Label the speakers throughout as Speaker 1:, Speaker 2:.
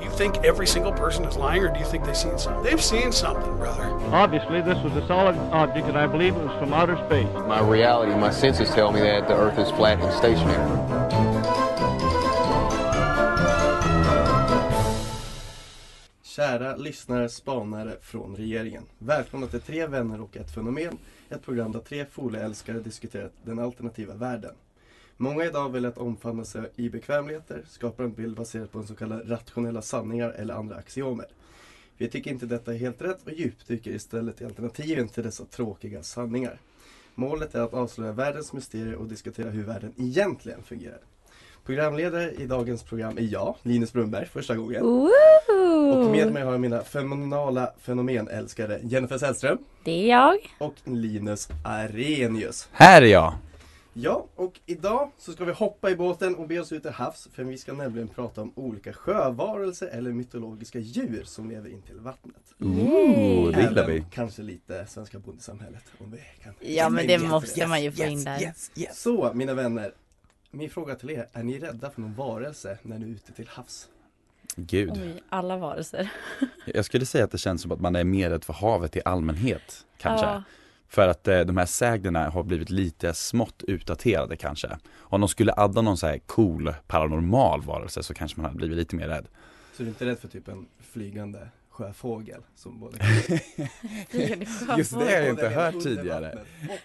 Speaker 1: You think every single person is lying, or do you think they've seen something? They've seen something, brother.
Speaker 2: Obviously, this was a solid object, and I believe it was from outer space.
Speaker 3: My reality, my senses tell me that the earth is flat and stationary.
Speaker 4: Kära lyssnare, spanare från regeringen. Välkomna till Tre vänner och ett fenomen. Ett program där tre folieälskare diskuterar den alternativa världen. Många idag väljer att omfamna sig i bekvämligheter, skapar en bild baserad på en så kallade rationella sanningar eller andra axiomer. Vi tycker inte detta är helt rätt och djupdyker istället i alternativen till dessa tråkiga sanningar. Målet är att avslöja världens mysterier och diskutera hur världen egentligen fungerar. Programledare i dagens program är jag, Linus Brunnberg, första gången. Och med mig har jag mina fenomenala fenomenälskare Jennifer Sällström
Speaker 5: Det är jag.
Speaker 4: och Linus Arrhenius.
Speaker 6: Här är jag!
Speaker 4: Ja, och idag så ska vi hoppa i båten och be oss ut till havs för vi ska nämligen prata om olika sjövarelser eller mytologiska djur som lever in till vattnet.
Speaker 6: Ooh, det gillar vi!
Speaker 4: Även kanske lite svenska bondesamhället om vi kan.
Speaker 7: Ja men det måste man ju få in där.
Speaker 4: Så mina vänner, min fråga till er, är ni rädda för någon varelse när ni är ute till havs?
Speaker 6: Gud,
Speaker 7: Oj, alla varelser.
Speaker 6: jag skulle säga att det känns som att man är mer rädd för havet i allmänhet, kanske.
Speaker 7: Ja.
Speaker 6: För att eh, de här sägnerna har blivit lite smått utdaterade kanske. Om de skulle adda någon så här cool paranormal varelse så kanske man hade blivit lite mer rädd.
Speaker 4: Så du är inte rädd för typ en flygande sjöfågel som både
Speaker 6: Just det har jag inte
Speaker 4: Både
Speaker 6: hört
Speaker 4: under
Speaker 6: tidigare.
Speaker 4: vattnet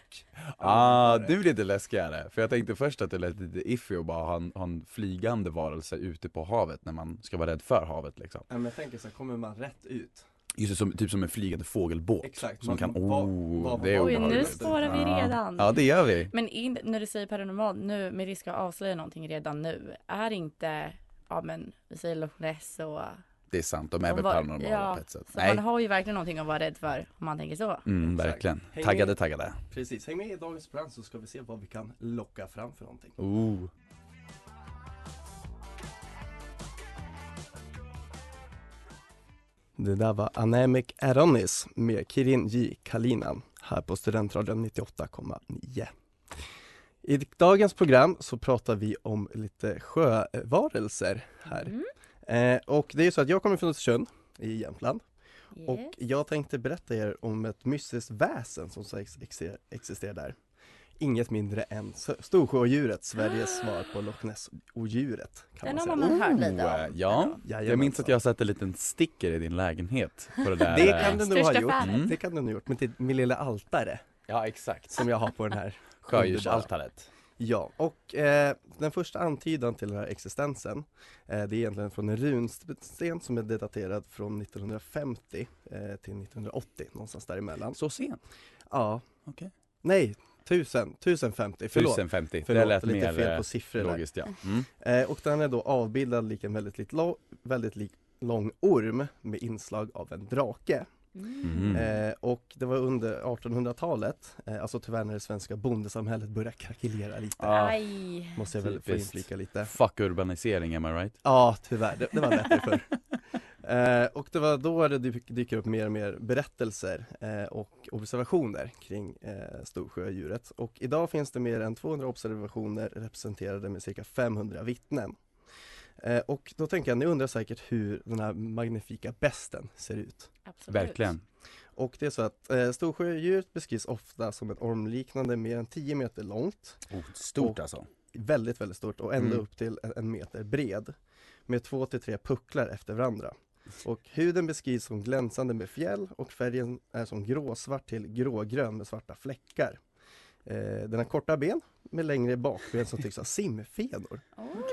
Speaker 4: och
Speaker 6: Ah, nu blir det läskigare. För jag tänkte först att det lät lite iffy att bara ha en, ha en flygande varelse ute på havet när man ska vara rädd för havet liksom.
Speaker 4: Ja, men jag tänker så här, kommer man rätt ut?
Speaker 6: Just det, som, typ som en flygande fågelbåt.
Speaker 4: Exakt,
Speaker 6: Som
Speaker 4: man-
Speaker 6: kan,
Speaker 4: vad-
Speaker 6: oh,
Speaker 4: vad-
Speaker 6: det är
Speaker 4: Oj,
Speaker 7: Oj nu
Speaker 6: obehagligt.
Speaker 7: spårar vi
Speaker 6: Ja.
Speaker 7: redan.
Speaker 6: Ja, det gör vi.
Speaker 7: Men in, när du säger paranormal nu med risk att avslöja någonting redan nu. Är inte, ja men vi säger Loch Ness och.
Speaker 6: Det är sant, de är
Speaker 7: och
Speaker 6: väl
Speaker 7: var-
Speaker 6: paranormala
Speaker 7: ja,
Speaker 6: på ett sätt.
Speaker 7: Så
Speaker 6: Nej,
Speaker 7: man har ju verkligen någonting att vara rädd för om man tänker så.
Speaker 6: mm,
Speaker 4: Exakt.
Speaker 6: verkligen.
Speaker 4: Häng
Speaker 6: Taggade,
Speaker 4: med.
Speaker 6: taggade.
Speaker 4: Precis, häng med i dagens program så ska vi se vad vi kan locka fram för någonting.
Speaker 6: Oh.
Speaker 4: Det där var Anemic Aronis med Kirin J Kalinan här på Studentradion 98,9. I dagens program så pratar vi om lite sjövarelser här. Eh, och det är ju så att jag kommer från Östersund i Jämtland och
Speaker 7: Yes.
Speaker 4: jag tänkte berätta er om ett mystiskt väsen som sägs exi- existera där. Inget mindre än S- Storsjöodjuret, Sveriges svar på Loch Ness-odjuret. kan
Speaker 7: Den
Speaker 4: man
Speaker 7: har
Speaker 4: säga.
Speaker 7: man väl hört lite
Speaker 6: eh,
Speaker 7: om.
Speaker 6: ja, jag
Speaker 4: Jajamensan.
Speaker 6: minns att jag har sett en liten sticker i din lägenhet på det där.
Speaker 4: Oh, Det
Speaker 6: eh, mm.
Speaker 4: kan du nog
Speaker 7: Största
Speaker 4: ha gjort.
Speaker 7: affären.
Speaker 4: Det kan du nog ha gjort. Men till min lilla altare
Speaker 6: Ja, exakt.
Speaker 4: som jag har på den här. underbara.
Speaker 6: Sjödjursaltaret.
Speaker 4: Ja, och eh, den första antydan till den här existensen eh, det är egentligen från en runsten som är daterad från 1950 eh, till 1980, någonstans däremellan.
Speaker 6: Så sent?
Speaker 4: Ja.
Speaker 6: Okej.
Speaker 4: Nej, 1000, 1050, förlåt.
Speaker 6: 1050, det
Speaker 4: Förlåt,
Speaker 6: lät
Speaker 4: lite
Speaker 6: mer
Speaker 4: fel
Speaker 6: eh,
Speaker 4: på siffror där.
Speaker 6: logiskt ja. Mm.
Speaker 4: Eh, och den är då avbildad lik en väldigt, lit, lo, väldigt lik lång orm med inslag av en drake.
Speaker 6: Mm.
Speaker 4: Eh, och det var under 1800-talet, eh, alltså tyvärr när det svenska bondesamhället började krackelera lite.
Speaker 6: Ah,
Speaker 7: Aj.
Speaker 4: Måste jag väl få
Speaker 6: typiskt.
Speaker 4: inflika lite.
Speaker 6: fuck urbanisering, am I right?
Speaker 4: Ja, tyvärr. Det, det var bättre förr. Eh, och det var då det dyk, dyker upp mer och mer berättelser eh, och observationer kring eh, Storsjöodjuret. Och idag finns det mer än 200 observationer representerade med cirka 500 vittnen. Eh, och då tänker jag, ni undrar säkert hur den här magnifika besten ser ut.
Speaker 7: Absolut.
Speaker 6: Verkligen.
Speaker 4: Och det är så att eh, Storsjöodjuret beskrivs ofta som en ormliknande mer än 10 meter långt
Speaker 6: Oh,
Speaker 4: stort
Speaker 6: alltså.
Speaker 4: väldigt, väldigt stort och ända
Speaker 6: Mm.
Speaker 4: upp till en- en meter bred med två till tre pucklar efter varandra. Och huden beskrivs som glänsande med fjäll och färgen är som gråsvart till grågrön med svarta fläckar. Eh, den har korta ben med längre bakben som tycks ha simfenor.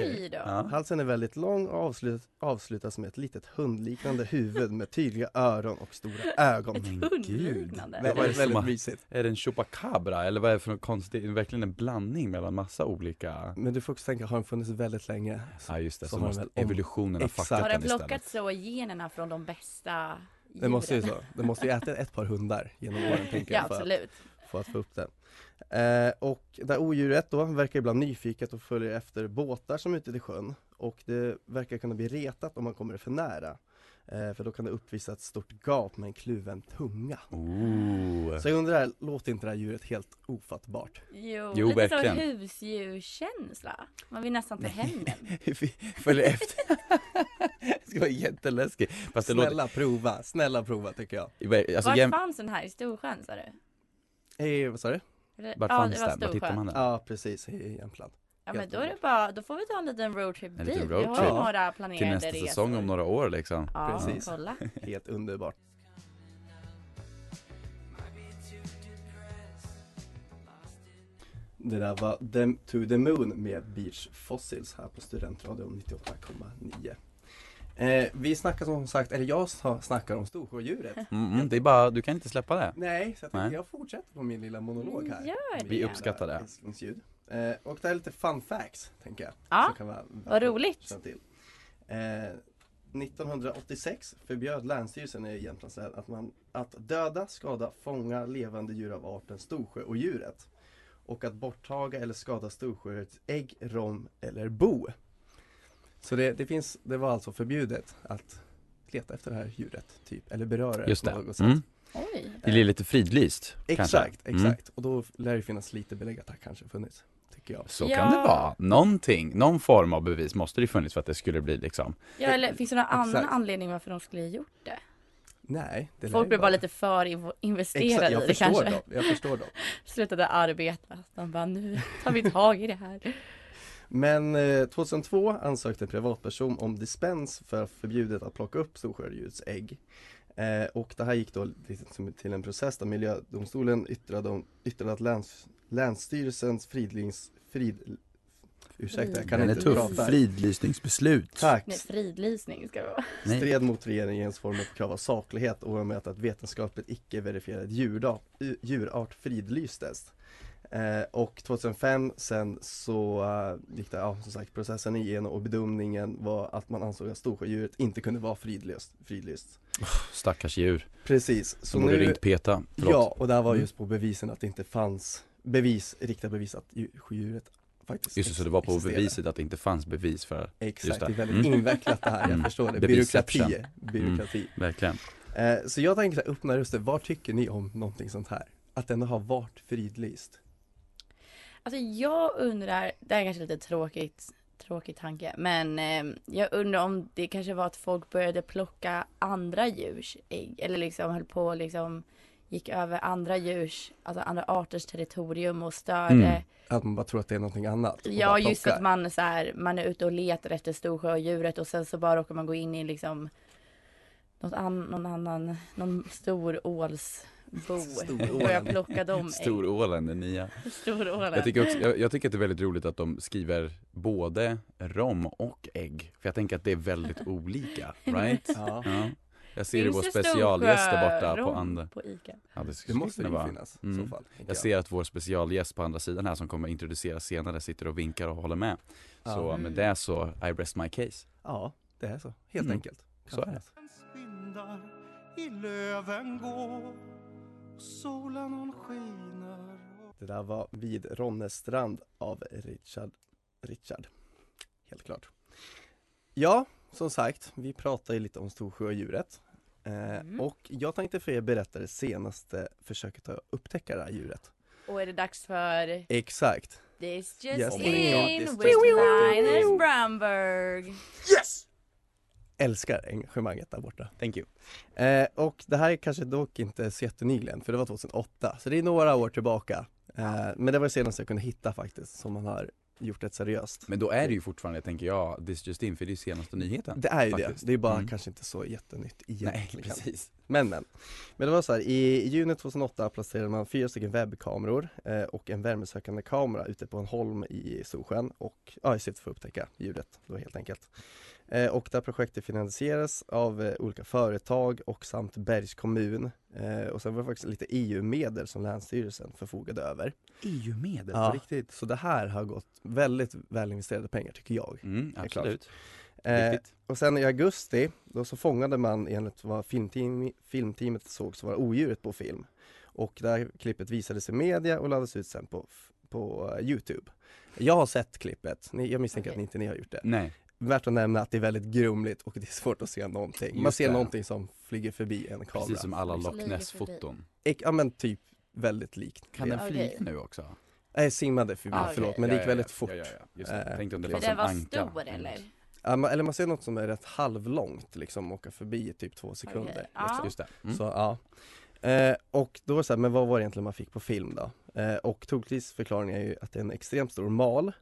Speaker 7: Oj då.
Speaker 6: Ja.
Speaker 4: Halsen är väldigt lång och avslut- avslutas med ett litet hundliknande huvud med tydliga öron och stora ögon.
Speaker 6: Men
Speaker 7: Hundliknande.
Speaker 6: Vad är det
Speaker 4: Väldigt,
Speaker 6: som
Speaker 4: väldigt
Speaker 6: har-
Speaker 4: mysigt.
Speaker 6: Är det en chupacabra eller vad är det för något konstigt? Är det verkligen en blandning mellan massa olika
Speaker 4: Men du får också tänka, har den funnits väldigt länge?
Speaker 6: Ja just det,
Speaker 4: Så
Speaker 6: så
Speaker 4: har
Speaker 6: måste
Speaker 4: den väl om-
Speaker 6: evolutionen ha
Speaker 4: Exakt.
Speaker 6: fuckat
Speaker 7: Har den
Speaker 6: den
Speaker 7: plockat
Speaker 6: istället.
Speaker 7: så generna från de bästa
Speaker 4: Den måste ju
Speaker 7: djuren?
Speaker 4: så. Den måste ju äta ett par hundar genom åren tänker
Speaker 7: Ja
Speaker 4: jag. för att-
Speaker 7: absolut.
Speaker 4: för att få upp den. Eh, och det här odjuret då verkar ibland nyfiket och följer efter båtar som är ute i sjön och det verkar kunna bli retat om man kommer för nära. Eh, för då kan det uppvisa ett stort gap med en kluven tunga.
Speaker 6: Ooh.
Speaker 4: Så jag undrar, låter inte det här djuret helt ofattbart?
Speaker 7: Jo,
Speaker 6: Jo,
Speaker 7: lite
Speaker 6: verkligen.
Speaker 7: så husdjurskänsla. Man vill nästan ta hem den.
Speaker 6: Följer efter. det ska vara jätteläskigt. Fast det låter,
Speaker 4: Snälla prova, snälla prova tycker jag.
Speaker 6: alltså,
Speaker 7: Vart
Speaker 6: jäm,
Speaker 7: fanns den här? I Storsjön sa du?
Speaker 4: Eh, vad sa du?
Speaker 7: Eller-
Speaker 6: vart
Speaker 7: ja,
Speaker 6: fanns
Speaker 7: det var
Speaker 6: den? Vart hittar
Speaker 7: Storsjön.
Speaker 6: man den?
Speaker 4: Ja precis, i Jämtland.
Speaker 7: Ja
Speaker 4: Helt
Speaker 7: men då är det
Speaker 4: underbart.
Speaker 7: bara, då får vi ta en liten roadtrip
Speaker 6: En
Speaker 7: dit.
Speaker 6: liten
Speaker 7: Vi har ju
Speaker 6: roadtrip.
Speaker 7: några
Speaker 6: Till
Speaker 7: planerade
Speaker 6: nästa
Speaker 7: resor.
Speaker 6: säsong om några år liksom.
Speaker 7: Ja,
Speaker 4: Precis.
Speaker 7: kolla.
Speaker 4: Helt underbart. Det där var Dem to the Moon med Beach Fossils här på Studentradion 98,9. Eh, vi snackar som sagt, eller jag sa- snackar om Storsjödjuret.
Speaker 6: Mm, mm, det är bara, du kan inte släppa det.
Speaker 4: Nej, så jag, tänkte,
Speaker 6: Nej.
Speaker 4: jag fortsätter på min lilla monolog här.
Speaker 7: Mm, Gör det.
Speaker 6: Vi uppskattar det.
Speaker 4: Älsklingsljud. Eh, och det här är lite fun facts, tänker jag.
Speaker 7: Ja,
Speaker 4: som kan vara värt
Speaker 7: vad
Speaker 4: att
Speaker 7: roligt.
Speaker 4: känna Till. Eh, 1986 förbjöd Länsstyrelsen i Jämtlands län att, man, att döda, skada, fånga levande djur av arten storsjö och djuret. Och att borttaga eller skada storsjöets ägg, rom eller bo. Så det, det, finns, det var alltså förbjudet att leta efter det här djuret, typ, eller beröra det
Speaker 6: Just
Speaker 4: på
Speaker 6: det.
Speaker 4: något sätt.
Speaker 6: Mm.
Speaker 7: Oj.
Speaker 6: Det blir lite fridlyst. kanske.
Speaker 4: Exakt,
Speaker 6: Mm.
Speaker 4: exakt. Och då lär det finnas lite belägg att det här kanske funnits, tycker jag.
Speaker 6: Så
Speaker 7: Ja.
Speaker 6: kan det vara. Någonting, någon form av bevis måste det ju funnits för att det skulle bli liksom.
Speaker 7: Ja, eller finns det någon annan
Speaker 4: Exakt.
Speaker 7: anledning varför de skulle ha gjort det?
Speaker 4: Nej, det lär
Speaker 7: Folk
Speaker 4: ju
Speaker 7: blev
Speaker 4: vara-
Speaker 7: bara lite för invo-
Speaker 4: Exakt,
Speaker 7: investerade
Speaker 4: jag
Speaker 7: i det
Speaker 4: förstår
Speaker 7: kanske.
Speaker 4: Dem, jag förstår dem.
Speaker 7: Slutade arbeta. De bara, nu tar vi tag i det här.
Speaker 4: Men eh, 2002 ansökte en privatperson om dispens för förbjudet att plocka upp storsjödjurets ägg. Eh, och det här gick då liksom som till en process där miljödomstolen yttrade, om, yttrade att läns, länsstyrelsens fridlings, frid, ursäkta, jag kan
Speaker 6: Den är
Speaker 4: inte prata.
Speaker 6: tuff. Fridlysningsbeslut.
Speaker 4: Tack.
Speaker 7: Nej, fridlysning ska det vara.
Speaker 6: Nej.
Speaker 4: Stred mot regeringens form och krav av saklighet och med att ett vetenskapligt icke-verifierad djurda- u- djurart fridlystes. Eh, och 2005 sen så eh, gick det, ja, som sagt processen igenom och bedömningen var att man ansåg att Storsjödjuret inte kunde vara fridlyst. fridlyst.
Speaker 6: Stackars djur.
Speaker 4: Precis,
Speaker 6: Så
Speaker 4: så
Speaker 6: borde
Speaker 4: nu,
Speaker 6: ringt Peta. Förlåt. Mm.
Speaker 4: ja och där var just på bevisen att det inte fanns bevis, riktiga bevis att djur- djuret faktiskt
Speaker 6: Just det, så det var på
Speaker 4: existerade.
Speaker 6: beviset att det inte fanns bevis för,
Speaker 4: Exakt, det.
Speaker 6: det.
Speaker 4: är väldigt
Speaker 6: Mm.
Speaker 4: invecklat det här, jag
Speaker 6: Mm.
Speaker 4: förstår det.
Speaker 6: Bevisception.
Speaker 4: Byråkrati, byråkrati.
Speaker 6: Mm. verkligen.
Speaker 4: Eh, Så jag tänkte öppna röster, vad tycker ni om någonting sånt här? Att den har varit fridlyst?
Speaker 7: Alltså jag undrar, det här är kanske lite tråkigt, tråkig tanke, men eh, jag undrar om det kanske var att folk började plocka andra djurs ägg eller liksom höll på och liksom gick över andra djurs, alltså andra arters territorium och störde.
Speaker 6: Mm.
Speaker 4: Att man bara tror att det är någonting annat? och
Speaker 7: Ja
Speaker 4: bara
Speaker 7: just
Speaker 4: plockar.
Speaker 7: att man är så här, man är ute och letar efter storsjödjuret och sen så bara råkar man gå in i liksom något an, någon annan, någon stor ålsbo.
Speaker 4: Storålen.
Speaker 7: Och jag plocka de ägg.
Speaker 6: Storålen, den nya.
Speaker 7: Storålen.
Speaker 6: Jag tycker, också, jag, jag tycker att det är väldigt roligt att de skriver både rom och ägg. För jag tänker att det är väldigt olika, right?
Speaker 4: Ja,
Speaker 6: Ja. Jag ser ju vår
Speaker 7: Finns det
Speaker 6: specialgäst där borta på
Speaker 7: Storsjörom
Speaker 6: andra.
Speaker 7: På Ica.
Speaker 6: Ja, det,
Speaker 4: det
Speaker 6: skulle
Speaker 4: måste
Speaker 6: kunna
Speaker 4: det ju
Speaker 6: vara.
Speaker 4: finnas i
Speaker 6: Mm.
Speaker 4: så fall. tänker
Speaker 6: Jag ser att vår specialgäst på andra sidan här som kommer introduceras senare sitter och vinkar och håller med.
Speaker 4: Ja.
Speaker 6: Så med det så, I rest my case.
Speaker 4: Ja, det är så, helt
Speaker 6: Mm.
Speaker 4: enkelt.
Speaker 6: Så är det.
Speaker 8: vindar i löven gå och solen hon skiner
Speaker 4: Det där var Vid Ronnestrand av Richard, Richard. Helt klart. Ja, som sagt, vi pratar ju lite om Storsjödjuret. Eh,
Speaker 7: Mm.
Speaker 4: Och jag tänkte för er berätta det senaste försöket att upptäcka det här djuret.
Speaker 7: Och är det dags för
Speaker 4: Exakt.
Speaker 7: This just
Speaker 4: Yes, oh my God,
Speaker 7: in
Speaker 4: this
Speaker 7: with
Speaker 4: just in.
Speaker 7: Linus Bramberg.
Speaker 4: Älskar engagemanget där borta.
Speaker 6: Thank you.
Speaker 4: Eh, och det här är kanske dock inte så jättenyligen för det var 2008 så det är några år tillbaka. Eh, men det var det senaste jag kunde hitta faktiskt som man har gjort ett seriöst.
Speaker 6: Men då är det ju fortfarande, tänker jag, this just in, för det är ju senaste nyheten.
Speaker 4: Det är ju
Speaker 6: Faktiskt.
Speaker 4: det, det är bara
Speaker 6: Mm.
Speaker 4: kanske inte så jättenytt
Speaker 6: Nej,
Speaker 4: egentligen.
Speaker 6: precis.
Speaker 4: Men men. Men det var så här, i juni 2008 placerade man fyra stycken webbkameror eh, och en värmesökande kamera ute på en holm i Solsjön och ja, i syfte för att upptäcka ljudet då helt enkelt. Eh, och det här projektet finansieras av eh, olika företag och samt Bergs kommun. Eh, och sen var det faktiskt lite EU-medel som Länsstyrelsen förfogade över.
Speaker 6: EU-medel,
Speaker 4: Ja.
Speaker 6: på riktigt.
Speaker 4: Så det här har gått väldigt väl investerade pengar tycker jag.
Speaker 6: Mm,
Speaker 4: är
Speaker 6: absolut.
Speaker 4: Eh,
Speaker 6: Riktigt.
Speaker 4: och sen i augusti, då så fångade man enligt vad filmteam, filmteamet såg så var odjuret på film. Och det här klippet visades i media och laddades ut sen på, på eh, Youtube. Jag har sett klippet, ni, jag misstänker att
Speaker 7: Okej.
Speaker 4: ni inte ni har gjort det.
Speaker 6: Nej.
Speaker 4: Värt att nämna att det är väldigt grumligt och det är svårt att se någonting. Man
Speaker 6: Just
Speaker 4: ser
Speaker 6: det.
Speaker 4: någonting som flyger förbi en kamera.
Speaker 6: Precis som alla
Speaker 7: Liksom.
Speaker 6: Loch Ness-foton.
Speaker 4: Ek- Ja men typ väldigt likt.
Speaker 6: Kan
Speaker 4: det.
Speaker 6: den flyga
Speaker 7: Okej.
Speaker 6: nu också?
Speaker 4: Nej, simmade förbi,
Speaker 7: Ah, okej.
Speaker 4: förlåt. Men det
Speaker 6: Ja,
Speaker 4: gick
Speaker 6: ja, ja,
Speaker 4: väldigt fort.
Speaker 6: Ja, ja, ja. Just det.
Speaker 4: Eh,
Speaker 6: Tänkte om det
Speaker 7: För
Speaker 6: fanns
Speaker 7: den
Speaker 6: en
Speaker 7: var
Speaker 6: anka.
Speaker 7: stor eller?
Speaker 4: Ja, man- Eller man ser något som är rätt halvlångt liksom åka förbi i typ två sekunder.
Speaker 7: Okej. Ah,
Speaker 4: Liksom.
Speaker 7: Ja.
Speaker 6: Just det. Mm.
Speaker 4: Så, ja. eh, och då var det så här, men vad var det egentligen man fick på film då? Eh, och troligtvis förklaringen är ju att det är en extremt stor mal.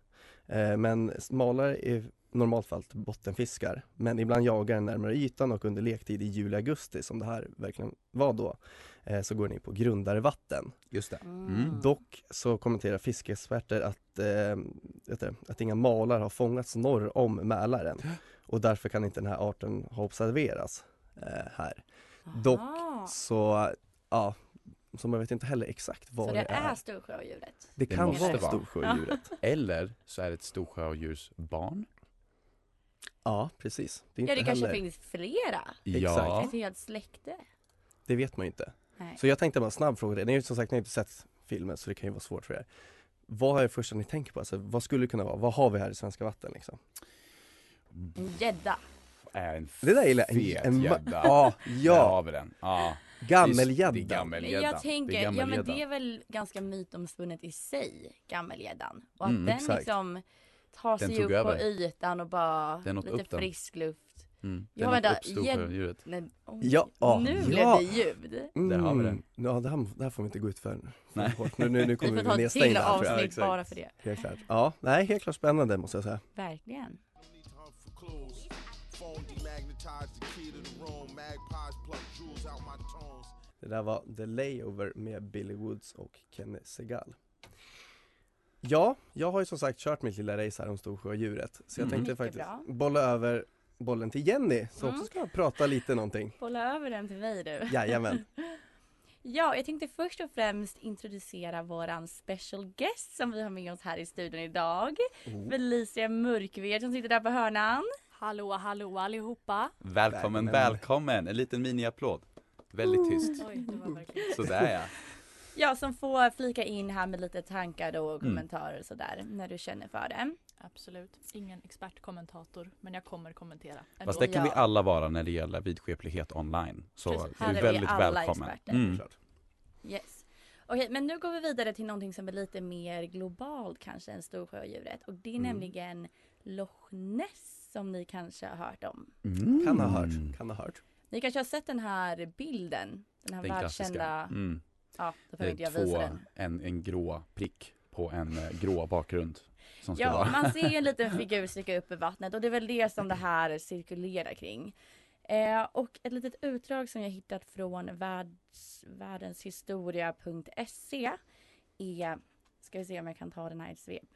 Speaker 4: Eh, men s- malar är i normalt fall bottenfiskar. Men ibland jagar den närmare ytan och under lektid i juli-augusti som det här verkligen var då. Eh, så går den in på grundare vatten.
Speaker 6: Just det.
Speaker 7: Mm.
Speaker 4: Dock så kommenterar fiskeexperter att, eh, vet du, att inga malar har fångats norr om Mälaren och därför kan inte den här arten ha observerats eh, här. dock-
Speaker 7: Aha.
Speaker 4: Så ja, så man vet inte heller exakt vad
Speaker 7: Så
Speaker 4: det,
Speaker 7: det är storsjöodjuret?
Speaker 4: Det
Speaker 6: Det
Speaker 4: kan
Speaker 6: måste
Speaker 4: vara
Speaker 6: vara.
Speaker 4: storsjöodjuret.
Speaker 6: Eller så är det ett storsjöodjursbarn.
Speaker 4: ja, precis. Det är inte
Speaker 7: Ja det kanske
Speaker 4: heller,
Speaker 7: finns flera?
Speaker 6: Ja.
Speaker 7: Ett helt släkte?
Speaker 4: det vet man ju inte.
Speaker 7: Nej.
Speaker 4: Så jag tänkte bara en snabb fråga till er. Ni har ju som sagt ni har inte sett filmen så det kan ju vara svårt för er. Vad är det första ni tänker på? Alltså, vad skulle det kunna vara? Vad har vi här i svenska vatten liksom?
Speaker 7: En gädda?
Speaker 6: Är en
Speaker 4: Det där gillar jag. En-
Speaker 6: fet
Speaker 4: en ma-
Speaker 6: gädda.
Speaker 4: Ja,
Speaker 6: Där
Speaker 4: ja.
Speaker 6: har vi den. Ja. Det är
Speaker 4: Gammelgädda.
Speaker 7: Men
Speaker 6: gammelgäddan.
Speaker 7: Jag
Speaker 6: Det
Speaker 7: tänker,
Speaker 6: är
Speaker 7: ja men
Speaker 6: gammelgäddan.
Speaker 7: det är väl ganska mytomspunnet i sig, gammelgäddan. Och att
Speaker 6: Mm,
Speaker 7: den
Speaker 4: exakt.
Speaker 7: liksom tar
Speaker 6: Den
Speaker 7: sig
Speaker 6: tog
Speaker 7: upp
Speaker 6: över.
Speaker 7: på ytan och bara
Speaker 6: Den åt
Speaker 7: lite
Speaker 6: upp den.
Speaker 7: frisk luft.
Speaker 6: Mm.
Speaker 7: Ja,
Speaker 6: Den åt
Speaker 7: vänta,
Speaker 6: upp storsjöodjuret.
Speaker 7: Nej, oj,
Speaker 4: Ja, ah, ja.
Speaker 7: nu blev det ljud.
Speaker 6: Där har vi det.
Speaker 4: Mm. Ja, det här, det här får vi inte gå ut för
Speaker 6: Nej.
Speaker 4: hårt. Nu, nu, nu
Speaker 7: Vi
Speaker 4: kommer vi bli
Speaker 7: får ta ett till
Speaker 4: nedstängda här, tror jag.
Speaker 7: avsnitt
Speaker 6: exakt.
Speaker 7: bara för det.
Speaker 4: Helt klart. Ja, nej, helt klart spännande måste jag säga.
Speaker 7: Verkligen.
Speaker 4: Det där var The Layover med Billy Woods och Kenny Segal. Ja, jag har ju som sagt kört mitt lilla race här om Storsjöodjuret. Så jag
Speaker 6: Mm.
Speaker 4: tänkte
Speaker 7: Mycket
Speaker 4: faktiskt
Speaker 7: bra.
Speaker 4: bolla över bollen till Jenny som
Speaker 7: Mm.
Speaker 4: också ska prata lite någonting.
Speaker 7: Bolla över den till mig du.
Speaker 4: Jajamän.
Speaker 7: Ja, jag tänkte först och främst introducera våran special guest som vi har med oss här i studion idag.
Speaker 4: Oh.
Speaker 7: Felicia Mörkved som sitter där på hörnan.
Speaker 9: Hallå, hallå allihopa!
Speaker 6: Välkommen,
Speaker 4: Välkommen.
Speaker 6: välkommen. En liten miniapplåd.
Speaker 7: Mm.
Speaker 6: Väldigt tyst.
Speaker 9: Oj, det var verkligen...
Speaker 6: Sådär ja.
Speaker 7: Ja, som får flika in här med lite tankar då
Speaker 4: Mm.
Speaker 7: och kommentarer och sådär när du känner för det.
Speaker 9: Absolut. Ingen expertkommentator, men jag kommer kommentera. ändå.
Speaker 6: Fast det kan vi
Speaker 7: Ja.
Speaker 6: alla vara när det gäller vidskeplighet online. Så
Speaker 9: Precis.
Speaker 6: du
Speaker 7: Här
Speaker 6: är
Speaker 7: är vi
Speaker 6: väldigt
Speaker 7: alla
Speaker 6: välkommen.
Speaker 7: experter.
Speaker 6: Mm.
Speaker 4: Klart.
Speaker 7: Yes. Okej, men nu går vi vidare till någonting som är lite mer globalt kanske än Storsjöodjuret och det är
Speaker 6: Mm.
Speaker 7: nämligen Loch Ness som ni kanske har hört om.
Speaker 6: Mm.
Speaker 4: Kan ha hört, kan ha hört.
Speaker 7: Ni kanske har sett den här bilden, den här
Speaker 6: Den
Speaker 7: världskända,
Speaker 6: klassiska. Mm.
Speaker 7: ja, då
Speaker 6: Det
Speaker 7: behöver inte
Speaker 6: är
Speaker 7: jag visa
Speaker 6: två,
Speaker 7: den.
Speaker 6: en, en grå prick på en eh, grå bakgrund. Som ska
Speaker 7: Ja,
Speaker 6: vara.
Speaker 7: man ser ju en liten figur sticka upp i vattnet och det är väl det som det här cirkulerar kring. Eh, och ett litet utdrag som jag hittat från världs, världenshistoria.se är, ska vi se om jag kan ta den här i ett svep.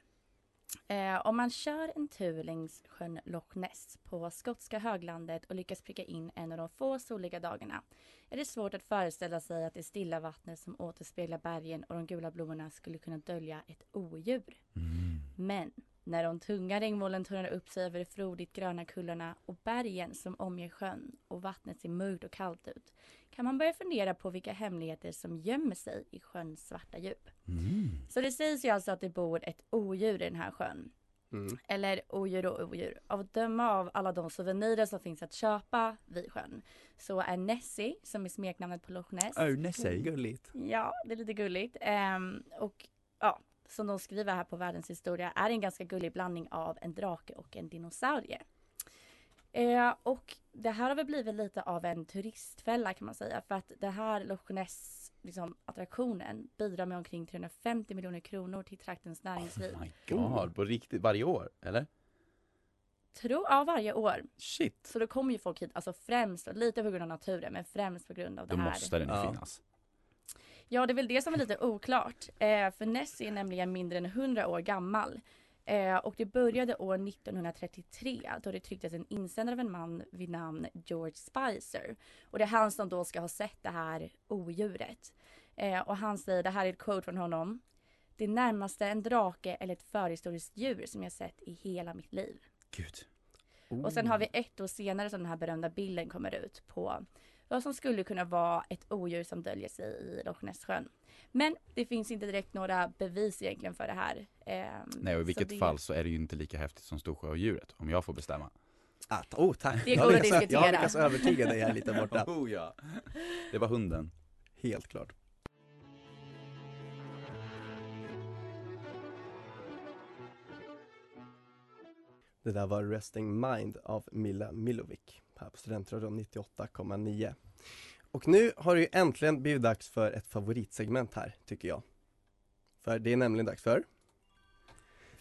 Speaker 7: Eh, om man kör en tur längs sjön Loch Ness på skotska höglandet och lyckas pricka in en av de få soliga dagarna är det svårt att föreställa sig att det stilla vattnet som återspeglar bergen och de gula blommorna skulle kunna dölja ett odjur. Men när de tunga regnmolnen tornar upp sig över de frodigt gröna kullarna och bergen som omger sjön och vattnet ser mörkt och kallt ut kan man börja fundera på vilka hemligheter som gömmer sig i sjöns svarta djup.
Speaker 6: Mm.
Speaker 7: Så det sägs ju alltså att det bor ett odjur i den här sjön.
Speaker 4: Mm.
Speaker 7: Eller odjur och odjur. Av att döma av alla de souvenirer som finns att köpa vid sjön så är Nessie, som är smeknamnet på Loch Ness,
Speaker 4: Gulligt.
Speaker 7: Ja, det är lite gulligt. Ehm, och ja, som de skriver här på Världens historia är en ganska gullig blandning av en drake och en dinosaurie. Eh, och det här har väl blivit lite av en turistfälla kan man säga för att det här Loch Ness liksom, attraktionen bidrar med omkring 350 miljoner kronor till traktens näringsliv.
Speaker 6: Oh my god, på riktigt, varje år? Eller?
Speaker 7: Tro, ja, varje år.
Speaker 6: Shit!
Speaker 7: Så då kommer ju folk hit, alltså främst, och lite på grund av naturen, men främst på grund av det
Speaker 6: Då
Speaker 7: här.
Speaker 6: måste den ju
Speaker 4: Ja.
Speaker 6: finnas.
Speaker 7: Ja, det är väl det som är lite oklart. Eh, för Nessie är nämligen mindre än 100 år gammal. Eh, och det började år 1933 då det trycktes en insändare av en man vid namn George Spicer. Och det är han som då ska ha sett det här odjuret. Eh, och han säger, det här är ett quote från honom. Det närmaste en drake eller ett förhistoriskt djur som jag sett i hela mitt liv.
Speaker 6: Gud.
Speaker 7: Och sen har vi ett år senare som den här berömda bilden kommer ut på Vad som skulle kunna vara ett odjur som döljer sig i Loch Ness-sjön. Men det finns inte direkt några bevis egentligen för det här. Ehm,
Speaker 6: Nej och i
Speaker 7: så
Speaker 6: vilket
Speaker 7: det-
Speaker 6: fall så är det ju inte lika häftigt som Storsjöodjuret om jag får bestämma.
Speaker 10: Ah, ta- oh, tack.
Speaker 7: Det
Speaker 10: Jag
Speaker 7: går att
Speaker 10: lyckas- Jag
Speaker 7: diskutera.
Speaker 10: har lyckats övertyga dig här lite borta.
Speaker 6: Oh, ja. Det var hunden.
Speaker 10: Helt klart.
Speaker 4: Det där var Resting Mind av Milla Milovic här på Studentradion 98,9. Och nu har det ju äntligen blivit dags för ett favoritsegment här, tycker jag. För det är nämligen dags för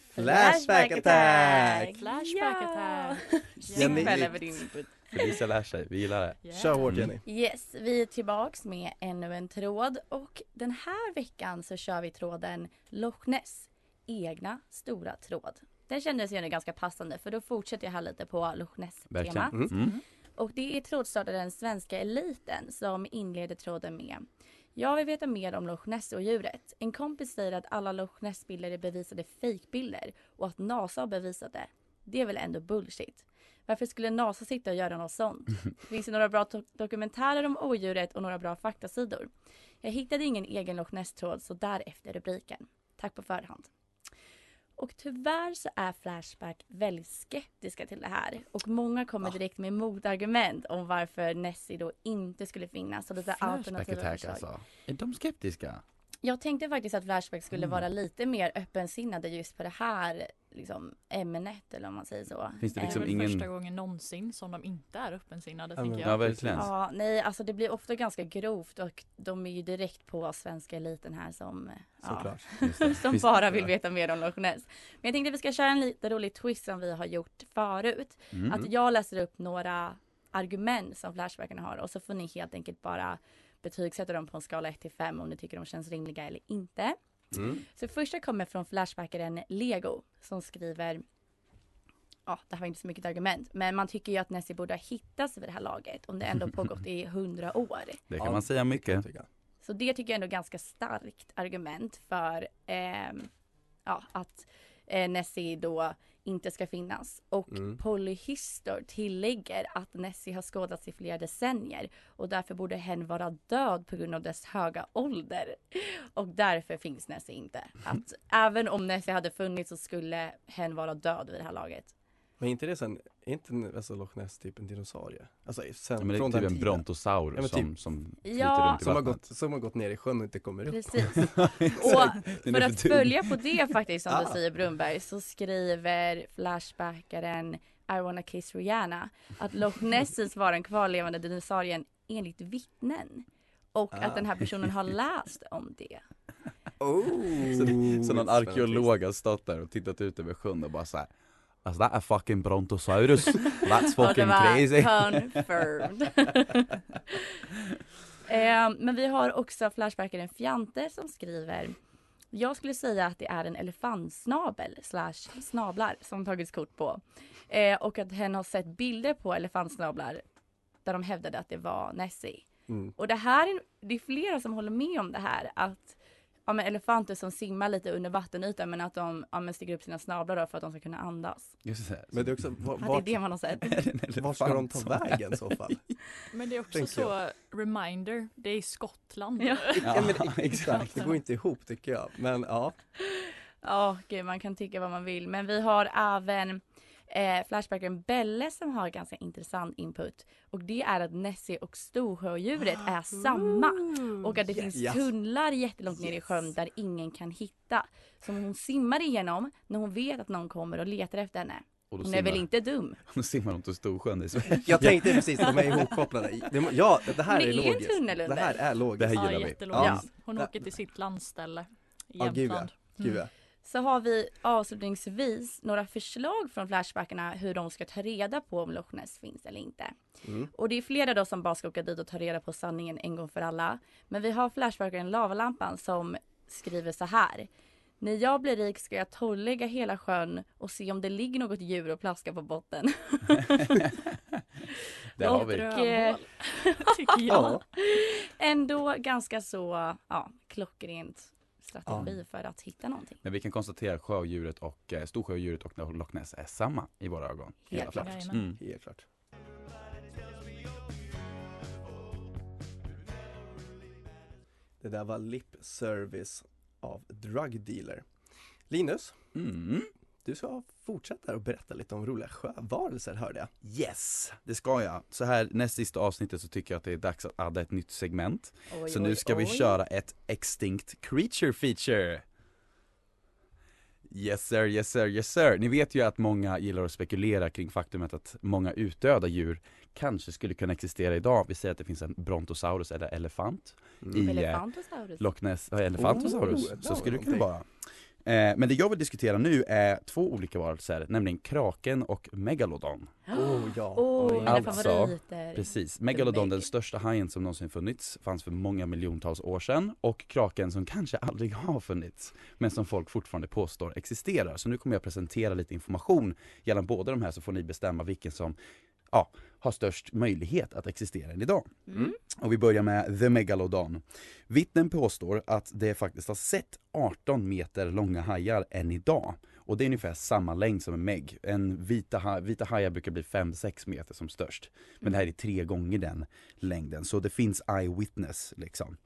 Speaker 4: Flashback Attack!
Speaker 9: Flashback
Speaker 7: Ja!
Speaker 9: attack!
Speaker 4: Jenny-
Speaker 7: Tack själv för din input.
Speaker 6: Felicia lär sig, vi gillar det.
Speaker 9: Yeah.
Speaker 4: Kör hårt
Speaker 6: Mm.
Speaker 4: Jenny!
Speaker 7: Yes, vi är tillbaks med ännu en tråd och den här veckan så kör vi tråden Loch Ness, egna stora tråd. Den kändes ju nu ganska passande för då fortsätter jag här lite på Loch
Speaker 6: Verkligen.
Speaker 7: Ness-temat.
Speaker 6: Mm. Mm.
Speaker 7: Och det är trådstartaren Svenska eliten som inleder tråden med Jag vill veta mer om Loch Ness-odjuret. En kompis säger att alla Loch Ness-bilder är bevisade fejkbilder och att NASA har bevisat det. Det är väl ändå bullshit. Varför skulle NASA sitta och göra något sånt? Det finns ju några bra do- dokumentärer om odjuret och några bra faktasidor. Jag hittade ingen egen Loch Ness-tråd så därefter rubriken. Tack på förhand. Och tyvärr så är Flashback väldigt skeptiska till det här. Och många
Speaker 6: Ah.
Speaker 7: kommer direkt med motargument om varför Nessie då inte skulle finnas. Och lite alternativa
Speaker 6: Attack
Speaker 7: förslag.
Speaker 6: alltså. Är de skeptiska?
Speaker 7: Jag tänkte faktiskt att Flashback skulle
Speaker 6: Mm.
Speaker 7: vara lite mer öppensinnade just på det här liksom, ämnet eller om man säger så.
Speaker 6: Finns det
Speaker 9: Det är
Speaker 6: liksom
Speaker 9: väl
Speaker 6: ingen-
Speaker 9: första gången någonsin som de inte är öppensinnade
Speaker 4: Ja,
Speaker 9: tänker
Speaker 4: men-
Speaker 9: jag.
Speaker 6: Ja, verkligen.
Speaker 7: Ja, nej alltså det blir ofta ganska grovt och de är ju direkt på svenska eliten här som, eh, ja,
Speaker 4: Såklart.
Speaker 7: som
Speaker 6: Finns-
Speaker 7: bara vill veta mer om Loch Ness. Men jag tänkte att vi ska köra en lite rolig twist som vi har gjort förut.
Speaker 6: Mm.
Speaker 7: Att jag läser upp några argument som Flashbackarna har och så får ni helt enkelt bara betygsätta dem på en skala 1 till 5 om ni tycker de känns rimliga eller inte.
Speaker 6: Mm.
Speaker 7: Så första kommer från Flashbackaren Lego som skriver Ja, det här var inte så mycket argument, men man tycker ju att Nessie borde ha hittats vid det här laget om det ändå pågått i hundra år.
Speaker 6: Det kan
Speaker 10: Ja.
Speaker 6: man säga mycket.
Speaker 10: tycker jag.
Speaker 7: Så det tycker jag ändå är ganska starkt argument för ehm, ja, att eh, Nessie då inte ska finnas. Och
Speaker 4: Mm.
Speaker 7: Polyhistor tillägger att Nessie har skådats i flera decennier och därför borde hen vara död på grund av dess höga ålder. Och därför finns Nessie inte. Att även om Nessie hade funnits så skulle hen vara död vid det här laget.
Speaker 4: Men är inte det sen, är inte en- alltså, Loch Ness typ en dinosaurie? Alltså sen
Speaker 6: Ja, men det är
Speaker 4: från
Speaker 6: typ
Speaker 4: den
Speaker 6: en
Speaker 4: tiden?
Speaker 6: brontosaur
Speaker 4: Ja, men
Speaker 6: som, som flyter
Speaker 7: Ja.
Speaker 6: runt i
Speaker 4: Som har,
Speaker 6: vattnet.
Speaker 4: gått, som har gått ner i sjön och inte kommer upp.
Speaker 7: Precis.
Speaker 6: Exakt.
Speaker 7: Och
Speaker 6: Den är
Speaker 7: för att
Speaker 6: för dum.
Speaker 7: följa på det faktiskt som
Speaker 4: Ah.
Speaker 7: du säger Brunberg så skriver Flashbackaren I wanna kiss Rihanna att Loch Nessis var den kvarlevande dinosaurien enligt vittnen. Och att den här personen har läst om det.
Speaker 6: Så, det- så någon
Speaker 4: Spännande twist.
Speaker 6: arkeolog har stått där och tittat ut över sjön och bara såhär Alltså that a fucking brontosaurus, that's
Speaker 7: Och det
Speaker 6: fucking crazy
Speaker 7: confirmed. eh, men vi har också Flashbackaren Fjante som skriver jag skulle säga att det är en elefantsnabel slash snablar som tagits kort på. Eh, och att hen har sett bilder på elefantsnablar där de hävdade att det var Nessie.
Speaker 4: Mm.
Speaker 7: Och det här är, det är flera som håller med om det här att ja, men elefanter som simmar lite under vattenytan men att de ja, men sticker upp sina snablar då för att de ska kunna andas.
Speaker 6: Just det,
Speaker 4: Men det är också, var,
Speaker 7: Att det är
Speaker 4: vart,
Speaker 7: det man har sett.
Speaker 4: vart ska de ta vägen i så fall?
Speaker 9: Men det är också
Speaker 4: Tänker
Speaker 9: så, reminder, det är i Skottland.
Speaker 7: Ja.
Speaker 4: Ja, men exakt, det går inte ihop tycker jag. Men ja,
Speaker 7: Ja, gud, man kan tycka vad man vill. Men vi har även eh, Flashbacken Belle som har ganska intressant input. Och det är att Nessie och Storsjöodjuret är samma. Och att det finns
Speaker 4: yes.
Speaker 7: tunnlar jättelångt ner i sjön där ingen kan hitta. Som hon simmar igenom när hon vet att någon kommer och letar efter henne.
Speaker 6: Och då
Speaker 7: Hon är väl
Speaker 6: simmar,
Speaker 7: inte dum?
Speaker 6: då simmar de till Storsjön i Sverige
Speaker 4: jag tänkte precis, de är ihopkopplade. Det må- Ja, det här
Speaker 7: Det
Speaker 4: är
Speaker 7: är en
Speaker 4: logiskt.
Speaker 7: tunnel under.
Speaker 4: Det här är logiskt.
Speaker 6: Det här
Speaker 9: Ja,
Speaker 6: gillar vi.
Speaker 9: jättelogiskt.
Speaker 4: Ja.
Speaker 9: Hon
Speaker 4: Ja.
Speaker 9: åker till sitt landställe i
Speaker 4: Ja, gud, ja.
Speaker 9: Jämtland. Mm.
Speaker 4: Gud, ja.
Speaker 7: Så har vi avslutningsvis några förslag från Flashbackarna hur de ska ta reda på om Loch Ness finns eller inte.
Speaker 6: Mm.
Speaker 7: Och det är flera då som bara ska åka dit och ta reda på sanningen en gång för alla. Men vi har Flashbackaren Lavalampan som skriver så här. När jag blir rik ska jag torrlägga hela sjön och se om det ligger något djur och plaskar på botten.
Speaker 6: Där har vi
Speaker 7: Och, eh,
Speaker 9: Drömmål, tycker jag.
Speaker 4: Ja,
Speaker 7: ändå ganska så ja, klockrent strategi för att hitta någonting.
Speaker 6: Men vi kan konstatera att sjödjuret och eh, Storsjöodjuret och Loch Ness är samma i våra ögon i
Speaker 4: Mm.
Speaker 7: Helt
Speaker 6: alla fall.
Speaker 9: klart.
Speaker 6: Mm.
Speaker 4: helt klart. Det där var Lip Service av Drug Dealer. Linus,
Speaker 6: Mm.
Speaker 4: du ska fortsätta och berätta lite om roliga sjövarelser hörde jag.
Speaker 6: Yes, det ska jag. Så här näst sista avsnittet så tycker jag att det är dags att adda ett nytt segment. så nu ska vi köra ett Extinct Creature Feature. Yes sir, yes sir, yes sir. Ni vet ju att många gillar att spekulera kring faktumet att många utdöda djur kanske skulle kunna existera idag. Vi säger att det finns en brontosaurus eller elefant i eh,
Speaker 7: Elefantosaurus.
Speaker 6: Loch Ness, ja, elefantosaurus,
Speaker 4: Mm. Oh, det
Speaker 6: så
Speaker 4: var
Speaker 6: skulle det kunna vara.
Speaker 4: någonting.
Speaker 6: Eh, men det jag vill diskutera nu är två olika varelser, nämligen kraken och megalodon.
Speaker 4: Oh ja.
Speaker 7: Åh, mina
Speaker 6: Alltså,
Speaker 7: favoriter.
Speaker 6: Precis, megalodon
Speaker 7: Meg-
Speaker 6: den största hajen som någonsin funnits, fanns för många miljontals år sedan och kraken som kanske aldrig har funnits men som folk fortfarande påstår existerar. Så nu kommer jag presentera lite information gällande båda de här så får ni bestämma vilken som ja, har störst möjlighet att existera än idag.
Speaker 7: Mm.
Speaker 6: Och vi börjar med The Megalodon. Vittnen påstår att det faktiskt har sett 18 meter långa hajar än idag. Och det är ungefär samma längd som en meg. En vita, ha- vita hajar brukar bli 5-6 meter som störst. Men det här är tre gånger den längden. Så det finns eyewitness liksom.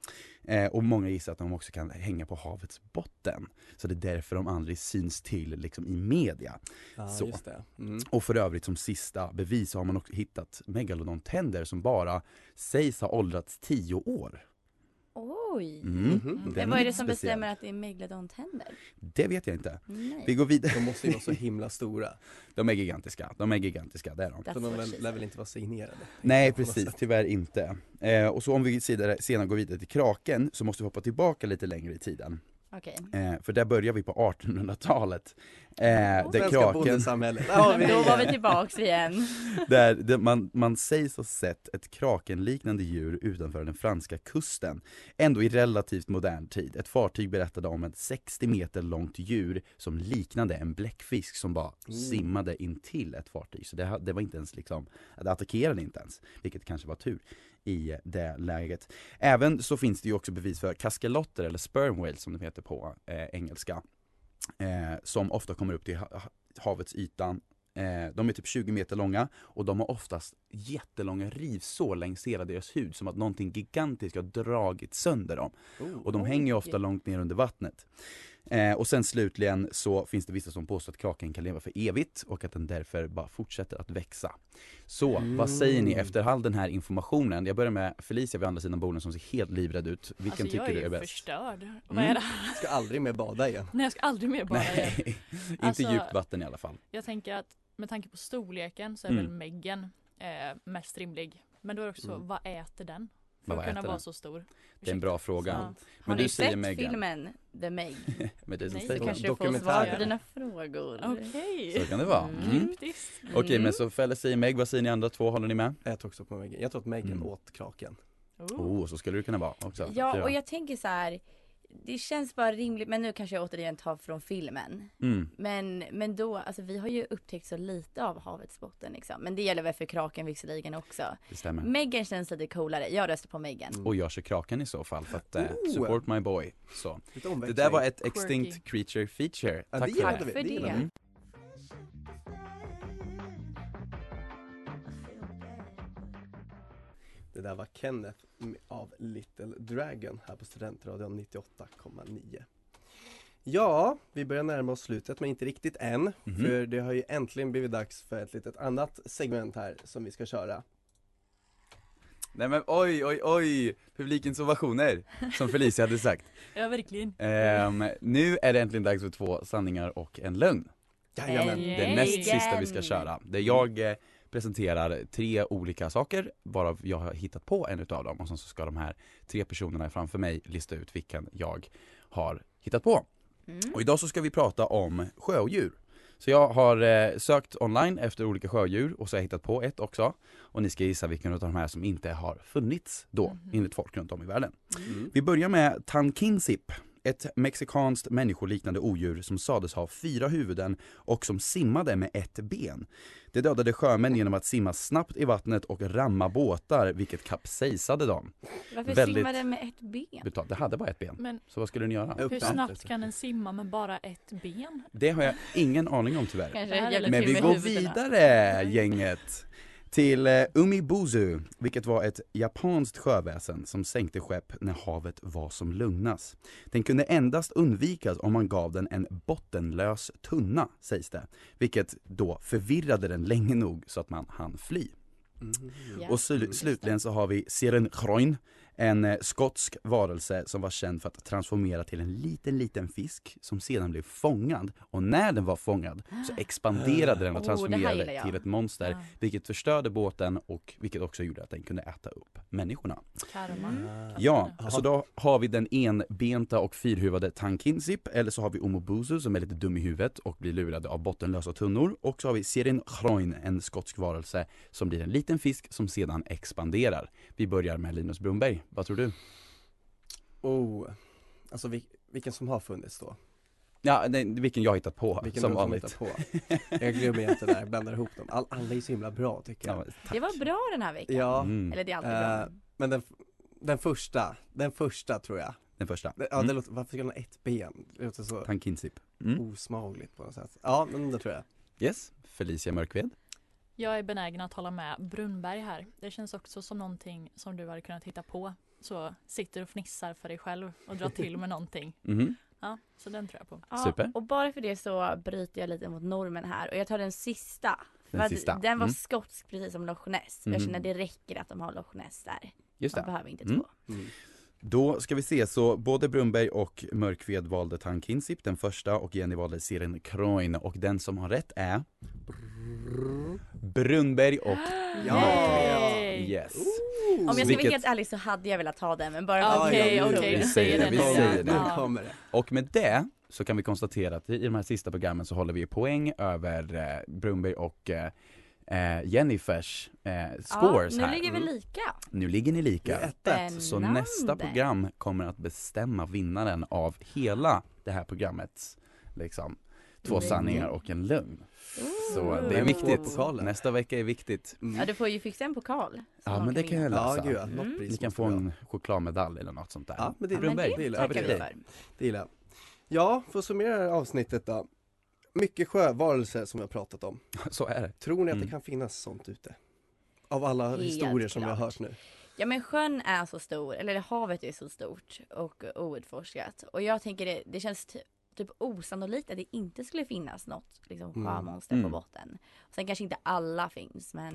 Speaker 6: Eh, och många gissar att de också kan hänga på havets botten. Så det är därför de aldrig syns till liksom, i media.
Speaker 4: Ja,
Speaker 6: Så.
Speaker 4: just det. Mm.
Speaker 6: Och för övrigt som sista bevis så har man också hittat megalodontänder som bara sägs ha åldrats 10 år.
Speaker 7: Oj.
Speaker 6: Mm.
Speaker 4: Mhm.
Speaker 6: Den
Speaker 7: Mm-hmm. Men vad är det
Speaker 6: lite speciell.
Speaker 7: som bestämmer att det är megalodontänder?
Speaker 6: Det vet jag inte. Vi
Speaker 7: Nej.
Speaker 6: går vidare.
Speaker 4: De måste ju vara så himla stora.
Speaker 6: De är gigantiska, de är gigantiska, det är de.
Speaker 4: Så
Speaker 7: That's
Speaker 4: de
Speaker 7: what
Speaker 4: väl,
Speaker 7: she
Speaker 4: lär
Speaker 7: said.
Speaker 4: väl inte vara signerade.
Speaker 6: Nej
Speaker 4: på något
Speaker 6: precis,
Speaker 4: sätt.
Speaker 6: tyvärr inte. Eh, och så om vi senare, senare går vidare till kraken så måste vi hoppa tillbaka lite längre i tiden.
Speaker 7: Okej.
Speaker 6: Eh, för där börjar vi på 1800-talet. Eh, där
Speaker 4: Svenska
Speaker 6: kraken,
Speaker 4: bondesamhället. Där har
Speaker 7: Men
Speaker 4: vi
Speaker 7: Då var vi
Speaker 4: det.
Speaker 7: tillbaks igen.
Speaker 6: där, där man, man sägs ha sett ett krakenliknande djur utanför den franska kusten. Ändå i relativt modern tid. Ett fartyg berättade om ett 60 meter långt djur som liknade en bläckfisk som bara simmade in till ett fartyg. Så det, ha- det var inte ens liksom, det attackerade inte ens. Vilket kanske var tur i det läget. Även så finns det ju också bevis för kaskelotter eller sperm whales som de heter på eh, engelska. Eh, som ofta kommer upp till ha- ha- havets ytan. Eh, de är typ 20 meter långa och de har oftast jättelånga rivsår längs hela deras hud som att någonting gigantiskt har dragit sönder dem.
Speaker 4: Oh.
Speaker 6: Och de hänger ju ofta
Speaker 7: Oj.
Speaker 6: långt ner under vattnet. Eh, och sen slutligen så finns det vissa som påstår att kraken kan leva för evigt och att den därför bara fortsätter att växa. Så vad säger
Speaker 9: Mm.
Speaker 6: ni efter all den här informationen? Jag börjar med Felicia vid andra sidan bordet som ser helt livrädd ut. Vilken
Speaker 9: alltså,
Speaker 6: tycker
Speaker 9: jag
Speaker 6: du är
Speaker 9: ju
Speaker 6: bäst?
Speaker 9: förstörd. Vad
Speaker 6: Mm.
Speaker 9: är det här?
Speaker 4: Ska aldrig mer bada igen.
Speaker 9: Nej, jag ska aldrig mer bara
Speaker 6: Nej, inte
Speaker 9: Alltså-
Speaker 6: djupt vatten i alla fall.
Speaker 9: Jag tänker att med tanke på storleken så är
Speaker 6: Mm.
Speaker 9: väl meggen eh, mest rimlig. Men då är det också så,
Speaker 4: Mm.
Speaker 9: vad äter den? För
Speaker 6: Vad
Speaker 9: att kunna
Speaker 6: äter
Speaker 9: vara
Speaker 6: den?
Speaker 9: så stor.
Speaker 6: Det är en
Speaker 9: Ursäkta.
Speaker 6: bra fråga.
Speaker 9: Så-
Speaker 6: Men
Speaker 7: Har
Speaker 6: du
Speaker 7: ni
Speaker 6: säger
Speaker 7: sett
Speaker 6: Megan.
Speaker 7: filmen The Meg?
Speaker 6: Med Jason
Speaker 9: Nej,
Speaker 6: Statham.
Speaker 7: Så kanske du får svar
Speaker 4: Dokumentär.
Speaker 7: på dina frågor.
Speaker 9: Okej.
Speaker 6: Så kan det vara.
Speaker 7: Mm.
Speaker 6: Mm.
Speaker 9: Kryptiskt.
Speaker 6: Okej men så Felle säger Meg, vad säger ni andra två? Håller ni med?
Speaker 4: Jag tror också på Megan. Jag tror att Megan
Speaker 6: Mm.
Speaker 4: åt kraken.
Speaker 9: Oh.
Speaker 6: Oh, så skulle det kunna vara också.
Speaker 7: Ja, och jag tänker så här. Det känns bara rimligt, men nu kanske jag återigen tar från filmen.
Speaker 6: Mm.
Speaker 7: Men, men då, alltså vi har ju upptäckt så lite av havets botten liksom. Men det gäller väl för kraken visserligen också.
Speaker 6: Det stämmer.
Speaker 7: Meghan känns lite coolare, jag röstar på Meghan.
Speaker 6: Och jag kör kraken i så fall för att eh,
Speaker 4: Oh.
Speaker 6: support my boy. Så.
Speaker 4: Lite
Speaker 6: Det
Speaker 4: omväxling.
Speaker 6: där var ett
Speaker 9: Quirky.
Speaker 6: extinct creature feature.
Speaker 4: Ja,
Speaker 6: Tack
Speaker 4: det
Speaker 6: för
Speaker 4: gillade
Speaker 6: det.
Speaker 4: vi.
Speaker 7: För det.
Speaker 4: gillade vi.
Speaker 6: Mm.
Speaker 4: Det där var Kenneth m- av Little Dragon här på Studentradion 98,9. Ja, vi börjar närma oss slutet men inte riktigt än.
Speaker 6: Mhm. Mm-hmm.
Speaker 4: För det har ju äntligen blivit dags för ett litet annat segment här som vi ska köra.
Speaker 6: Nej men oj, oj, oj! Publikens ovationer, som Felicia hade sagt.
Speaker 9: Ja, verkligen.
Speaker 6: Ehm, nu är det äntligen dags för två sanningar och en lögn.
Speaker 4: Jajamän!
Speaker 9: Yay.
Speaker 6: Det är näst sista vi ska
Speaker 7: Igen.
Speaker 6: köra. Där jag eh, presenterar tre olika saker, varav jag har hittat på en utav dem och sen så ska de här tre personerna framför mig lista ut vilken jag har hittat på.
Speaker 7: Mm.
Speaker 6: Och idag så ska vi prata om sjödjur. Så jag har eh, sökt online efter olika sjödjur och så har jag hittat på ett också. Och ni ska gissa vilken av de här som inte har funnits då,
Speaker 9: Mhm.
Speaker 6: enligt folk runt om i världen.
Speaker 4: Mm.
Speaker 6: Vi börjar med Tankinsip, ett mexikanskt människoliknande odjur som sades ha fyra huvuden och som simmade med ett ben. Det dödade sjömän genom att simma snabbt i vattnet och ramma båtar, vilket kapsejsade dem.
Speaker 7: Varför
Speaker 6: väldigt-
Speaker 7: simmar den med ett ben?
Speaker 6: Betalt, det hade bara ett ben.
Speaker 9: Men
Speaker 6: Så vad skulle ni göra?
Speaker 9: hur
Speaker 4: Upp där.
Speaker 6: alltså.
Speaker 9: snabbt kan den simma med bara ett ben?
Speaker 6: Det har jag ingen aning om tyvärr.
Speaker 7: Kanske
Speaker 9: Det här är
Speaker 7: jävla
Speaker 9: lite
Speaker 6: Men
Speaker 7: tur
Speaker 6: vi
Speaker 7: med
Speaker 6: går
Speaker 7: huvudena.
Speaker 6: vidare gänget. till eh, Umibuzu, vilket var ett japanskt sjöväsen som sänkte skepp när havet var som lugnast. Den kunde endast undvikas om man gav den en bottenlös tunna, sägs det, vilket då förvirrade den länge nog så att man hann fly.
Speaker 7: Ja.
Speaker 6: Och slu- slutligen så har vi Siren Groin, en eh, skotsk varelse som var känd för att transformera till en liten, liten fisk som sedan blev fångad. Och när den var fångad så expanderade den och
Speaker 7: Oh, det här
Speaker 6: transformerade
Speaker 7: gillar jag.
Speaker 6: till ett monster,
Speaker 9: Ja.
Speaker 6: vilket förstörde båten och vilket också gjorde att den kunde äta upp människorna.
Speaker 9: Karma.
Speaker 6: Mm.
Speaker 7: Ah.
Speaker 6: Ja, så då har vi den enbenta och fyrhuvade Tankinsip, eller så har vi Omobuzu som är lite dum i huvudet och blir lurade av bottenlösa tunnor. Och så har vi Serin Hroin, en skotsk varelse som blir en liten fisk som sedan expanderar. Vi börjar med Linus Brunberg, vad tror du?
Speaker 4: Oh, alltså vil, vilken som har funnits då?
Speaker 6: Ja, nej, vilken jag har hittat på,
Speaker 4: Vilken
Speaker 6: som
Speaker 4: du
Speaker 6: vanligt.
Speaker 4: hittar på? Jag glömmer inte där, blandar ihop dem. All, alla är så himla bra tycker jag.
Speaker 6: Ja,
Speaker 7: Det var bra den här veckan.
Speaker 4: Ja,
Speaker 6: mm,
Speaker 7: Eller det är alltid
Speaker 4: Eh,
Speaker 7: bra.
Speaker 4: men den, f- den första, den första tror jag.
Speaker 6: den första. Mm.
Speaker 4: Det- Ja, det låter, varför ska den ha ett ben? Det låter så
Speaker 6: Tankinsip. Mm.
Speaker 4: osmakligt på något sätt. Ja, men det tror jag.
Speaker 6: Yes, Felicia Mörkved.
Speaker 9: Jag är benägen att hålla med Brunberg här. Det känns också som någonting som du hade kunnat hitta på. Så sitter och fnissar för dig själv och drar till med någonting.
Speaker 6: Mhm.
Speaker 9: Ja, så den tror jag på.
Speaker 7: Ja,
Speaker 6: Super.
Speaker 7: Och bara för det så bryter jag lite mot normen här och jag tar den sista.
Speaker 6: Den
Speaker 7: För att
Speaker 6: sista.
Speaker 7: den var
Speaker 6: Mm.
Speaker 7: skotsk precis som Loch Ness.
Speaker 6: Mm.
Speaker 7: Jag känner det räcker att de har Loch Ness där.
Speaker 6: Just
Speaker 7: Man
Speaker 6: det.
Speaker 7: behöver inte två.
Speaker 6: Mm. Då ska vi se, så både Brunberg och Mörkved valde Tankinsip, den första, och Jenny valde Siren Kroin och den som har rätt är Brunberg och Mörkved. Yes.
Speaker 7: Om jag ska
Speaker 6: Vilket- Ah,
Speaker 7: vara helt ärlig så hade jag velat ha den men bara för
Speaker 9: Ja,
Speaker 7: att
Speaker 9: Okej,
Speaker 7: det är
Speaker 9: okej,
Speaker 7: kul.
Speaker 9: du
Speaker 6: Vi
Speaker 9: säger
Speaker 6: säger det,
Speaker 9: den
Speaker 6: vi
Speaker 9: nu.
Speaker 6: säger det.
Speaker 9: Ja.
Speaker 4: kommer det.
Speaker 6: Och med det så kan vi konstatera att i de här sista programmen så håller vi poäng över eh, Brunberg och eh, eh, Jennifers eh, scores
Speaker 7: ja,
Speaker 6: här.
Speaker 7: Nu ligger vi
Speaker 6: Mm.
Speaker 7: lika.
Speaker 6: nu ligger ni
Speaker 4: Det
Speaker 6: lika.
Speaker 4: är ett, ett.
Speaker 6: Så
Speaker 7: Spännande.
Speaker 6: nästa program kommer att bestämma vinnaren av hela det här programmet. Liksom, två
Speaker 7: Mm.
Speaker 6: sanningar och en lögn. Så det är
Speaker 4: Vem får
Speaker 6: viktigt.
Speaker 4: pokalen?
Speaker 6: Nästa vecka är viktigt.
Speaker 7: Ja du får ju fixa en pokal. som
Speaker 6: Ja
Speaker 7: man
Speaker 6: men det kan
Speaker 7: vinna.
Speaker 6: jag
Speaker 4: Mm. Ja,
Speaker 6: lösa.
Speaker 4: gud ja.
Speaker 7: Mm.
Speaker 4: Något
Speaker 6: Alltså. Ni
Speaker 4: pris
Speaker 6: kan
Speaker 4: måste
Speaker 6: få
Speaker 4: vi ha.
Speaker 6: en chokladmedalj eller något sånt där.
Speaker 4: Ja, men det
Speaker 7: Ja,
Speaker 4: är
Speaker 7: men
Speaker 4: Brunberg.
Speaker 7: det
Speaker 4: gillar jag.
Speaker 7: tackar vi för.
Speaker 4: Det gillar jag. Ja, för att summera det här avsnittet då. Mycket sjövarelser som vi har pratat om.
Speaker 6: Så är det.
Speaker 4: Tror ni att
Speaker 6: Mm.
Speaker 4: det kan finnas sånt ute? Av alla
Speaker 7: Helt
Speaker 4: historier som vi har
Speaker 7: klart.
Speaker 4: hört nu.
Speaker 7: Ja men sjön är så stor, eller havet är så stort och outforskat. Och jag tänker det, det känns ty- typ osannolikt att det inte skulle finnas något liksom
Speaker 4: Mm.
Speaker 7: sjömonster
Speaker 6: Mm.
Speaker 7: på botten. Sen kanske inte alla finns men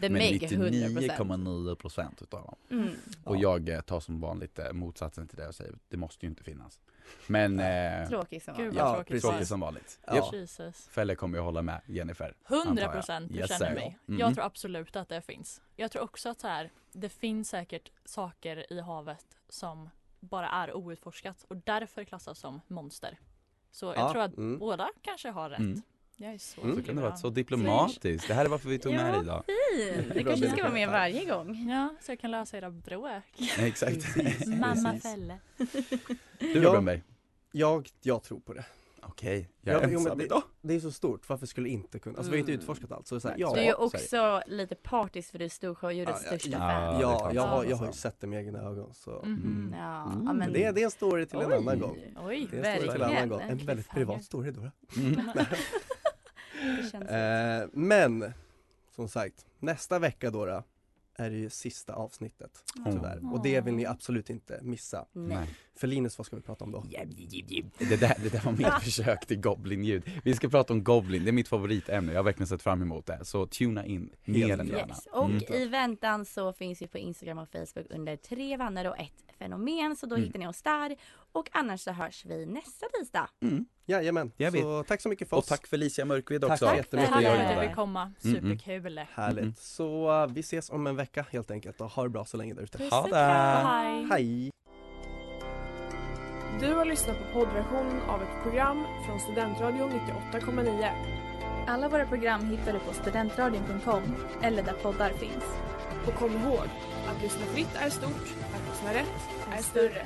Speaker 7: the
Speaker 6: Men
Speaker 7: make 100%.
Speaker 6: 99,9 procent utav dem.
Speaker 7: Mm.
Speaker 6: Och jag eh, tar som vanligt eh, motsatsen till det och säger det måste ju inte finnas. Men eh,
Speaker 7: Tråkigt som
Speaker 9: Gud
Speaker 7: vanligt.
Speaker 9: vad
Speaker 4: Ja,
Speaker 9: tråkigt
Speaker 4: precis.
Speaker 6: tråkigt
Speaker 9: svar.
Speaker 6: som vanligt.
Speaker 4: Ja.
Speaker 6: Japp.
Speaker 9: Jesus.
Speaker 6: Fälle kommer jag hålla med Jennifer. antar
Speaker 9: 100
Speaker 6: jag.
Speaker 9: procent, du
Speaker 6: Yes,
Speaker 9: känner
Speaker 6: sir.
Speaker 9: mig.
Speaker 6: Mm.
Speaker 9: Jag tror absolut att det finns. Jag tror också att så här, det finns säkert saker i havet som bara är outforskat och därför klassas som monster. Så jag
Speaker 4: Ja,
Speaker 9: tror att
Speaker 4: mm.
Speaker 9: båda kanske har rätt.
Speaker 6: Mm.
Speaker 9: Jag är så
Speaker 4: Mm.
Speaker 6: Så kan det vara så
Speaker 9: kluven.
Speaker 6: diplomatiskt. Det här är varför vi tog med dig idag.
Speaker 7: Fin! Det kanske ska vara med varje gång.
Speaker 9: Ja, så jag kan lösa era bråk.
Speaker 6: Exakt.
Speaker 9: Mamma Fälle.
Speaker 6: Du
Speaker 4: Ja.
Speaker 6: då Brunberg?
Speaker 4: Jag, jag tror på det.
Speaker 6: Okej, jag
Speaker 4: Ja,
Speaker 6: är
Speaker 4: men- jo, men
Speaker 6: ensam
Speaker 4: det-
Speaker 6: idag.
Speaker 4: Det är så stort, varför skulle inte kunna? Alltså vi har inte utforskat allt, så det är så här,
Speaker 6: Nej,
Speaker 4: ja.
Speaker 7: Du Mm. är ju
Speaker 4: ja,
Speaker 7: också lite partisk för du är Storsjöodjurets
Speaker 4: Ja, ja,
Speaker 7: största
Speaker 4: ja.
Speaker 7: fan.
Speaker 6: det är klart.
Speaker 4: jag, har, jag har
Speaker 6: Alltså.
Speaker 4: ju sett det med egna ögon så
Speaker 9: Mhm.
Speaker 4: mm.
Speaker 7: Ja,
Speaker 6: Mm.
Speaker 7: ja, men...
Speaker 4: Men det, det är en story till en
Speaker 7: Oj.
Speaker 4: annan gång
Speaker 9: Oj,
Speaker 4: Det är en story till en annan gång, en
Speaker 7: Verkligen. Mm.
Speaker 4: väldigt
Speaker 9: Cliffhanger.
Speaker 4: privat story Dora
Speaker 7: Det känns
Speaker 4: eh, Men, som sagt, nästa vecka Dora är det ju sista avsnittet
Speaker 6: Oh, Mm.
Speaker 4: tyvärr Och det vill ni absolut inte missa
Speaker 7: Nej.
Speaker 4: För Linus, vad ska vi prata om då?
Speaker 6: Det där, det där var mitt försök till Goblin-ljud. Vi ska prata om Goblin, det är mitt favoritämne. Jag har verkligen sett fram emot det. Så tuna in mer än gärna.
Speaker 7: Yes. Och
Speaker 6: Mm.
Speaker 7: i väntan så finns vi på Instagram och Facebook under tre vannare och ett fenomen. Så då
Speaker 6: Mm.
Speaker 7: hittar ni oss där. Och annars så hörs vi nästa tisdag.
Speaker 4: Jajamän,
Speaker 6: Jag vet.
Speaker 4: så tack så mycket för
Speaker 6: Och
Speaker 4: oss
Speaker 6: tack Felicia Mörkved
Speaker 4: Tack
Speaker 6: också.
Speaker 4: så
Speaker 7: jättemycket,
Speaker 9: Tack för
Speaker 7: Jonna.
Speaker 9: att du fick komma. Superkul.
Speaker 4: Härligt,
Speaker 6: Mm.
Speaker 4: så eh, vi ses om en vecka helt enkelt och ha det bra så länge där ute
Speaker 7: Puss
Speaker 6: Ha
Speaker 7: och
Speaker 6: det.
Speaker 7: kram.
Speaker 9: Hej.
Speaker 4: Hej!
Speaker 11: Du har lyssnat på poddversionen av ett program från Studentradion 98,9.
Speaker 12: Alla våra program hittar du på studentradion.com eller där poddar finns.
Speaker 11: Och kom ihåg, att lyssna fritt är stort, att lyssna rätt är större.